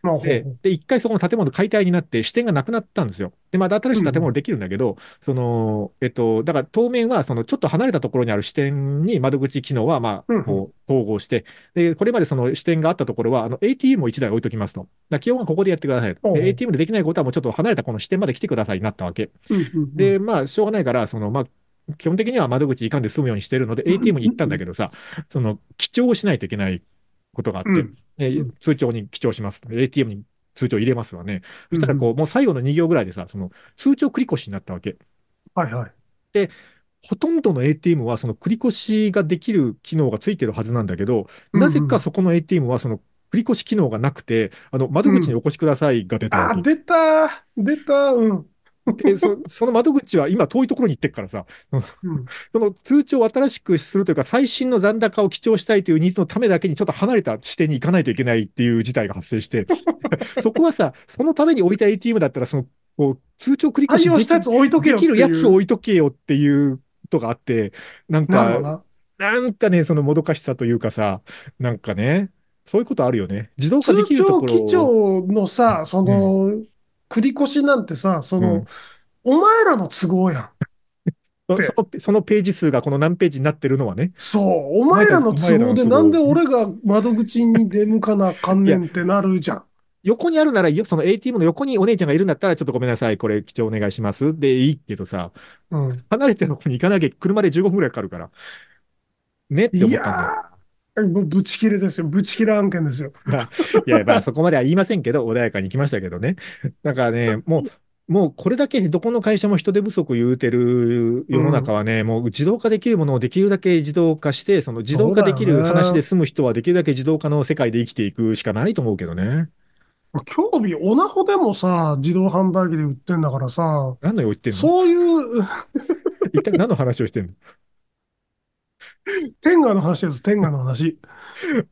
まあ、で、で、一回そこの建物解体になって、支店がなくなったんですよ。で、まだ新しい建物できるんだけど、その、えっと、だから当面は、その、ちょっと離れたところにある支店に窓口機能は、まうんうあ、んこう、統合して、で、これまでその支店があったところは、あの、ATM を1台置いときますと。だから基本はここでやってくださいおと。うで ATM でできないことは、もうちょっと離れたこの支店まで来てくださいになったわけ。うんうんで、まあ、しょうがないから、その、まあ、基本的には窓口行かんで済むようにしてるので、ATM に行ったんだけどさ、その、記帳をしないといけないことがあって、うん。ねう通帳に記帳します。ATM に通帳入れますわね。そしたらこう、もう最後の2行ぐらいでさ、その通帳繰り越しになったわけ。はいはい。ほとんどの ATM はその繰り越しができる機能がついてるはずなんだけど、なぜかそこの ATM はその繰り越し機能がなくて、あの、窓口にお越しくださいが出たわあ、け。出た出たうん。でそ、 その窓口は今遠いところに行ってっからさ、うん その通帳を新しくするというか、最新の残高を記帳したいというニーズのためだけにちょっと離れた視点に行かないといけないっていう事態が発生 して、そこはさ、そのために置いた ATM だったら、その、こう、通帳繰り越し対応でしきたやつ置いとでけよってきいう。るやつを置いとけよっていうことがあって、なんなるほどか、な。なんかね、そのもどかしさというかさ、なんかね、そういうことあるよね。自動化で通きると帳ころ記帳のさ、その、繰り越しなんてさ、その、お前らの都合やん。そその、そのページ数がこの何ページになってるのはね、そう、お前らの都合でなんで俺が窓口に出向かなあかんねんってなるじゃん。横にあるならよ、その ATM の横にお姉ちゃんがいるんだったら、ちょっとごめんなさい、これ、記帳お願いします。で、いいけどさ、うん、離れてるとこに行かなきゃ、車で15分ぐらいかかるから。ねってい思ったんだよ。やー、もうぶち切れですよ。ぶち切れ案件ですよ。いや、まあそこまでは言いませんけど、穏やかに行きましたけどね。だから ね、もう、もうこれだけどこの会社も人手不足言うてる世の中はね、もう自動化できるものをできるだけ自動化して、その自動化できそうるだよね話で済む人はできるだけ自動化の世界で生きていくしかないと思うけどね。今日日、オナホでもさ、自動販売機で売ってんだからさ、何の用言ってんのそういう、一体何の話をしてんの、天下の話です、天下の話。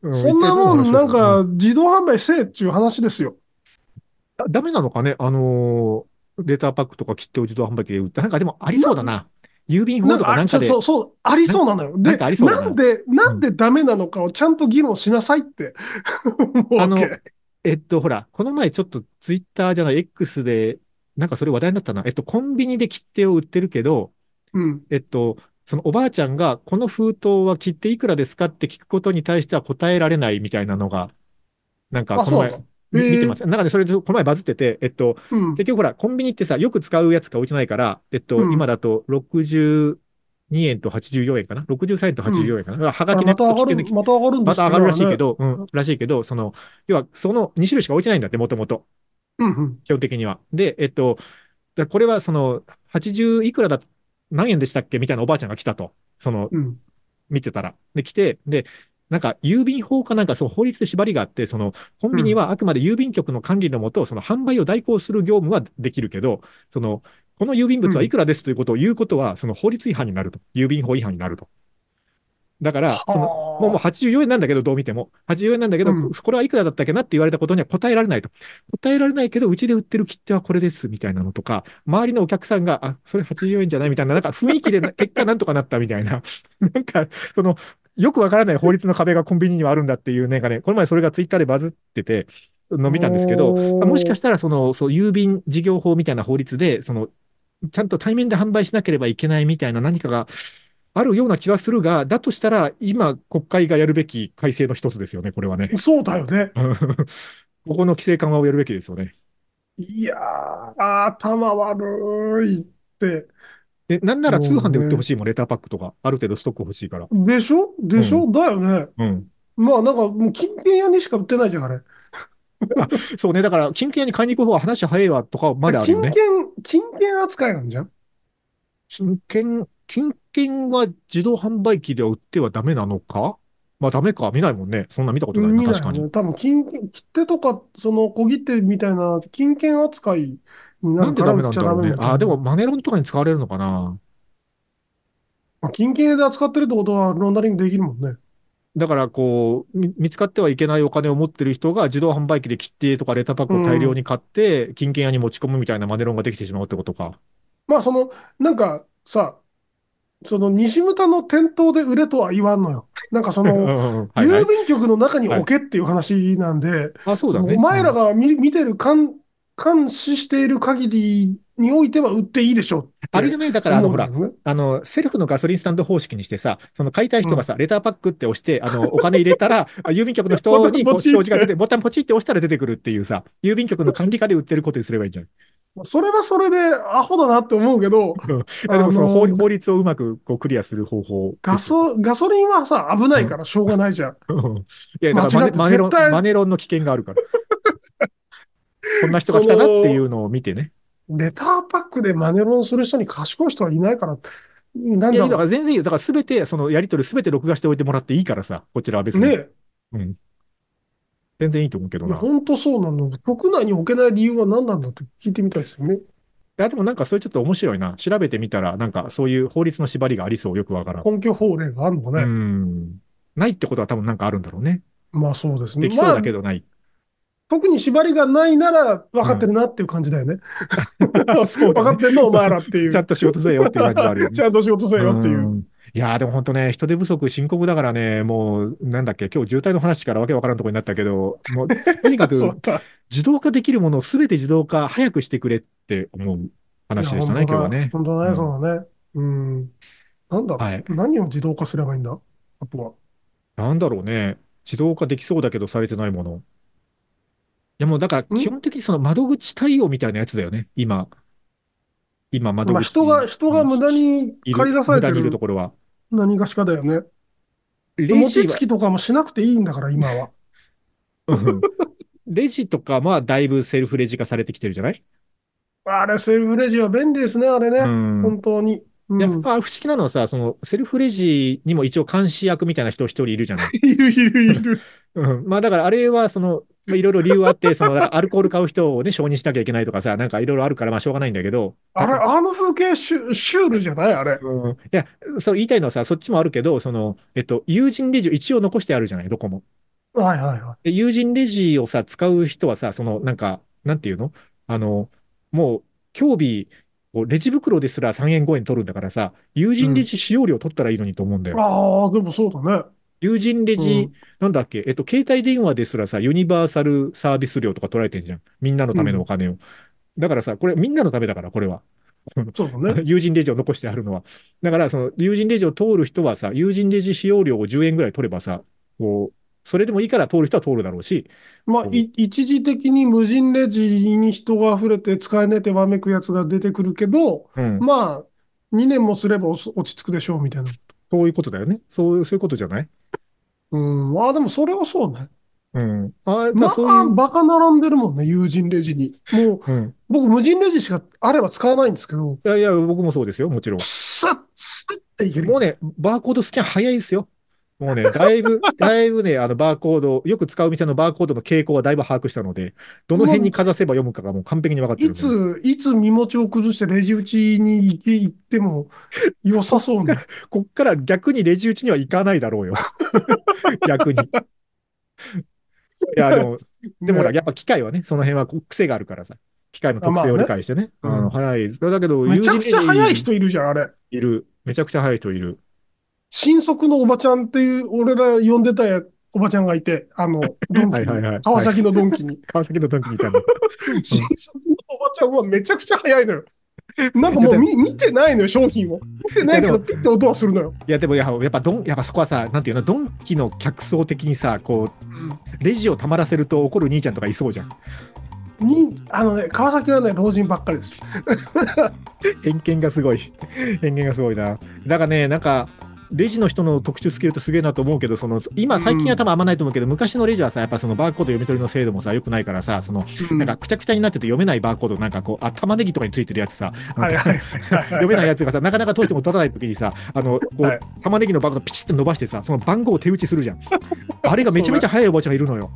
うそんなもん、一体何の話をなしんてのか、自動販売せえっちゅう話ですよ。だダメなのかねあのー、レターパックとか切手を自動販売機で売った。なんかでもありそうだな。郵便な法んとか、かあなんかで。そう、そう、ありそうなのよ。で、なんかありそうだななんで、なんでダメなのかをちゃんと議論しなさいって、思うわあのけ。えっと、ほら、この前ちょっとツイッターじゃない、X で、なんかそれ話題になったな。えっと、コンビニで切手を売ってるけど、うん。えっと、そのおばあちゃんが、この封筒は切手いくらですかって聞くことに対しては答えられないみたいなのが、なんかあ、このそうなん前、だ。みへえ見てます。なんかね、それでこの前バズってて、えっと、うん。結局ほら、コンビニってさ、よく使うやつが置いてないから、えっと、うん今だと62円と84円かな ?63 円と84円かな、はあがきのまやつたと上切が手のる、また上がるんでますた上がるらしいねけ。ど、うん、らしいけど、その、要は、その2種類しか置いてないんだって、もともと、うんうん。基本的には。で、えっと、だこれはその、80いくらだ、何円でしたっけみたいなおばあちゃんが来たと、その、うん。見てたら。で、来て、で、なんか、郵便法かなんか、そう、法律で縛りがあって、その、コンビニはあくまで郵便局の管理のもと、その、販売を代行する業務はできるけど、その、この郵便物はいくらですということを言うことは、その、法律違反になると。郵便法違反になると。だから、その、はあもうもう84円なんだけど、どう見ても。84円なんだけど、うんこれはいくらだったっけなって言われたことには答えられないと。答えられないけど、うちで売ってる切手はこれです、みたいなのとか、周りのお客さんが、あ、それ84円じゃないみたいな、なんか雰囲 気でな結果なんとかなったみたいな。なんか、その、よくわからない法律の壁がコンビニにはあるんだっていう、なんかね、この前それがツイッターでバズってて、の見たんですけど、もしかしたら、その、そう、郵便事業法みたいな法律で、その、ちゃんと対面で販売しなければいけないみたいな何かがあるような気はするが、だとしたら、今、国会がやるべき改正の一つですよね、これはね。 そうだよね。ここの規制緩和をやるべきですよね。いやー、頭悪いって。で、なんなら通販で売ってもうほしいもん、レターパックとか、ある程度ストック欲しいから。でしょでしょだよね。うん。まあなんかもう金券屋にしか売ってないじゃん、あれ。そうね、だから、金券屋に買いに行く方が話早いわとか、まだあるよ金ね券。、金券扱いなんじゃん金券、金券は自動販売機では売ってはダメなのかまあ、ダメか、見ないもんね。そんな見たことないな、見ない確かによ。ね。多分金券、切手とか、その小切手みたいな金券扱いにななんるでかダらメ売なっんちだゃダろうメねみ。たいな。あ、でもマネロンとかに使われるのかな。まあ金券で扱ってるってことはロンダリングできるもんね。だから、こう、み見つかってはいけないお金を持ってる人が自動販売機で切手とかレターパックを大量に買って、金券屋に持ち込むみたいなマネロンができてしまうってことか。まあその、なんかさ、その西牟田の店頭で売れとは言わんのよ。なんかその、 はいはい郵便局の中に置けっていう話なんで、あ、そうだね。お前らが見見てる監、監視している限りにおいては売っていいでしょうってあれじゃないだから、あの、思うほんだらよ、ね。あの、セルフのガソリンスタンド方式にしてさ、その買いたい人がさ、レターパックって押して、あの、お金入れたら、あ郵便局の人にこう ボタンポチって表示が出て、ボタンポチって押したら出てくるっていうさ、郵便局の管理下で売ってることにすればいいんじゃないそれはそれでアホだなって思うけ ど、あでもそのあの法律法律をうまくこうクリアする方法です。ガソ、ガソリンはさ、危ないからしょうがないじゃん。うんいや、だからマネマ間ネ違ってロン、絶対マネロンの危険がある から。こんな人が来たなっていうのを見てね。レターパックでマネロンする人に賢い人はいないから、なんいや、だだかろら全然いいよ。だからすべて、そのやりとりすべて録画しておいてもらっていいからさ、こちらは別う。に。ねえ。全然いいと思うけどいや、な。い本当そうなの。国内に置けない理由は何なんだって聞いてみたいですよね。や、でもなんかそれちょっと面白いな。調べてみたら、なんかそういう法律の縛りがありそう、よくわからん。根拠法令があるのかうね。ん。ないってことは多分なんかあるんだろうね。まあそうですでね。きそうだまあけどない。特に縛りがないなら分かってるなっていう感じだよね。 そうだ分かねってんのお前らってい う。ちゃんと仕事せえよっていう感じがあるよねちゃんと仕事せえよっていう。んいやーでも本当ね、人手不足深刻だからね、もう、なんだっけ、今日渋滞の話からわけわからんところになったけど、もう、とにか そうくだ。自動化できるものをすべて自動化早くしてくれって思う話でしたね、いや今日はね。本当だうね、んそうだね。うん。なんだ、はい何を自動化すればいいんだあとは。なんだろうね、自動化できそうだけどされてないもの。いやもうだから、基本的にその窓口対応みたいなやつだよね、今。今、窓口。まあ人が、人が無駄にいる借り出されて無駄にいるるところは。何がしかだよね。レジ餅はつきとかもしなくていいんだから、今は。うんレジとか、まあ、だいぶセルフレジ化されてきてるじゃないあれ、セルフレジは便利ですね、あれね。うん本当に。ういんや、まあ不思議なのはさ、その、セルフレジにも一応監視役みたいな人一人いるじゃない いるいるいる。うん。まあ、だからあれは、その、まあいろいろ理由あって、その、だからアル コール買う人をね、承認しなきゃいけないとかさ、なんかいろいろあるから、まあ、しょうがないんだけど。 あれ、あの風景シュ、シュールじゃないあれ。うん。いや、そう言いたいのはさ、そっちもあるけど、その、えっと、友人レジを一応残してあるじゃない、どこも。はいはいはで、友人レジをさ、使う人はさ、その、なんか、なんていうのあの、もう、競技、こうレジ袋ですら3円5円取るんだからさ、友人レジ使用料取ったらいいのにと思うんだい。よ。ああ、でもそうだね。友人レジ、うんなんだっけ、えっと、携帯電話ですらさ、ユニバーサルサービス料とか取られてんじゃん。みんなのためのお金を。だからさ、これみんなのためだから、これは。そうだね。 友人レジを残してあるのは。だから、その、友人レジを通る人はさ、友人レジ使用料を10円ぐらい取ればさ、こう、それでもいいから通る人は通るだろうし、まあ、い一時的に無人レジに人が溢れて使えねえ手わめくやつが出てくるけど、うんまあ、2年もすればおす落ち着くでしょう、みたいな。そういうことだよね。そう、そういうことじゃないうん。ああ、でもそれはそうね。うん。あままあ、そうあ、いう。バカ並んでるもんね、友人レジに。もう、うん。僕無人レジしかあれば使わないんですけど、いやいや、僕もそうですよ、もちろん。スッ、スッっていける。もうね、バーコードスキャン早いですよ。もうね、だい ぶ、だいぶね、あの、バーコード、よく使う店のバーコードの傾向はだいぶ把握したので、どの辺にかざせば読むかがもう完璧に分かってるいんで。つ、いつ身持ちを崩してレジ打ちに行け、行っても良さそうな。こっから逆にレジ打ちには行かないだろうよ。 逆に。いや、でも、 でもほら、ねやっぱ機械はね、その辺はこう癖があるからさ、機械の特性を理解してね、あまあねうん、早い。だけど、めちゃくちゃ友人早いに人いるじゃん、あれ。いる。めちゃくちゃ早い人いる。新速のおばちゃんっていう、俺ら呼んでたやおばちゃんがいて、あの、ドンキはいはいはいに、川崎のドンキに。川崎のドンキみたいな。新速のおばちゃんはめちゃくちゃ早いのよ。なんかもう見見てないのよ、商品を。見てないけど、ピッて音はするのよ。いやでもやっぱやっぱドンやっぱそこはさなんていうのドンキの客層的にさこうレジをたまらせると怒る兄ちゃんとかいそうじゃんに、あのね、川崎はね、老人ばっかりです。偏見がすごい偏見がすごいなだからねなんかレジの人の特殊スキルってすげえなと思うけどその今最近は多分あんまないと思うけど、昔のレジはさやっぱそのバーコード読み取りの精度もさ良くないからさそのなんかくちゃくちゃになってて読めないバーコードなんかこうあ玉ねぎとかについてるやつさなんかはいはい読めないやつがさ、なかなか解いても取らないときにさ、あの、こう、はい玉ねぎの番号ピチッと伸ばしてさ、その番号を手打ちするじゃん。あれがめちゃめちゃ早いおばちゃんがいるのよ。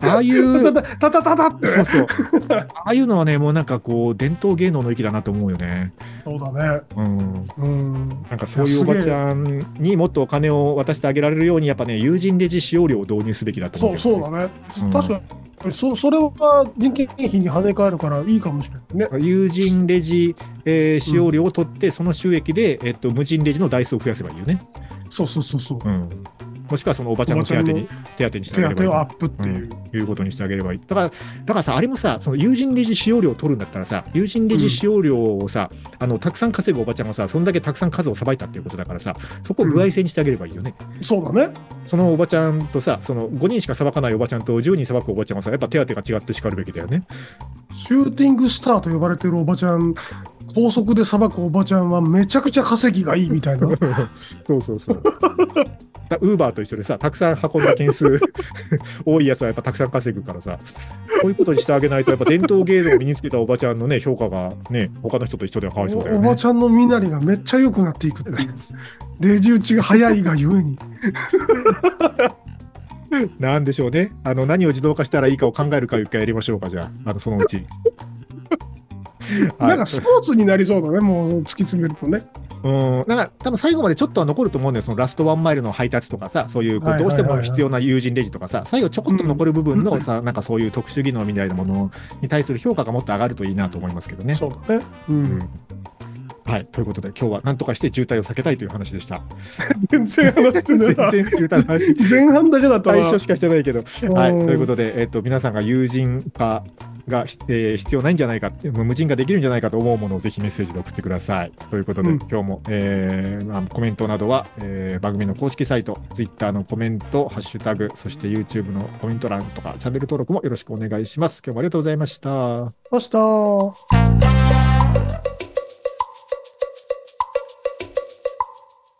ああいう、たたたたたってね。そう そう。ああいうのはね、もうなんかこう、伝統芸能の域だなと思うよね。そうだね。うん。うん。なんかそういうおばちゃんにもっとお金を渡してあげられるように、やっぱね、友人レジ使用料を導入すべきだとそ思ううけどね、そううだね。ん確かに、そそれは人件費に跳ね返るからいいかもしれないね。友人レジ、えー使用料を取って、その収益で、えっと、無人レジの台数を増やせばいいよね。そうそうそうそう。うん。もしくはそのおばちゃんの手当てに、手当てにしてあげ手当ればいてい。をアップっていう。いうことにしてあげればいい。だから、だからさ、あれもさ、その友人レジ使用料を取るんだったらさ、友人レジ使用料をさ、あの、たくさん稼ぐおばちゃんがさ、そんだけたくさん数をさばいたっていうことだからさ、そこを具合制にしてあげればいいよね。そうだね。そのおばちゃんとさ、その5人しかさばかないおばちゃんと10人さばくおばちゃんがさ、やっぱ手当てが違ってしかるべきだよね。シューティングスターと呼ばれてるおばちゃん、高速で裁くおばちゃんはめちゃくちゃ稼ぎがいいみたいな。そうそうそう。ウーバーと一緒でさ、たくさん運んだ件数 多いやつはやっぱたくさん稼ぐからさ、こういうことにしてあげないと、やっぱ伝統芸能を身につけたおばちゃんのね、評価がね、他の人と一緒ではかわいそうだよおおばね。ちゃんの身なりがめっちゃ良くなっていくっ ていう。レジ打ちが早いがゆえに。なんでしょうね。あの、何を自動化したらいいかを考えるか一回やりましょうか、じゃあ、あのそのう ち。はいなんかスポーツになりそうだね、もう突き詰めるとね。うん、なんか多分最後までちょっとは残ると思うんだよ、そのラストワンマイルの配達とかさ、そういうこはういはどいうはいしてもはい必要な友人レジとかさ、最後ちょこっと残る部分のさ、なんかそういう特殊技能みたいなものに対する評価がもっと上がるといいなと思いますけどね。そうだね。う。うんんはい、ということで、今日はなんとかして渋滞を避けたいという話でした。全然話して全 な然いな。渋滞の 話前半だけだったな最初しかしてないけど。はい、ということで。で、えっと、皆さんが友人化が、えー必要ないんじゃないか、無人化できるんじゃないかと思うものをぜひメッセージで送ってください。ということで、うん今日も、えーまあ、コメントなどは、えー番組の公式サイト、Twitter のコメント、ハッシュタグ、そして YouTube のコメント欄とか、チャンネル登録もよろしくお願いします。今日もありがとうございました。明日。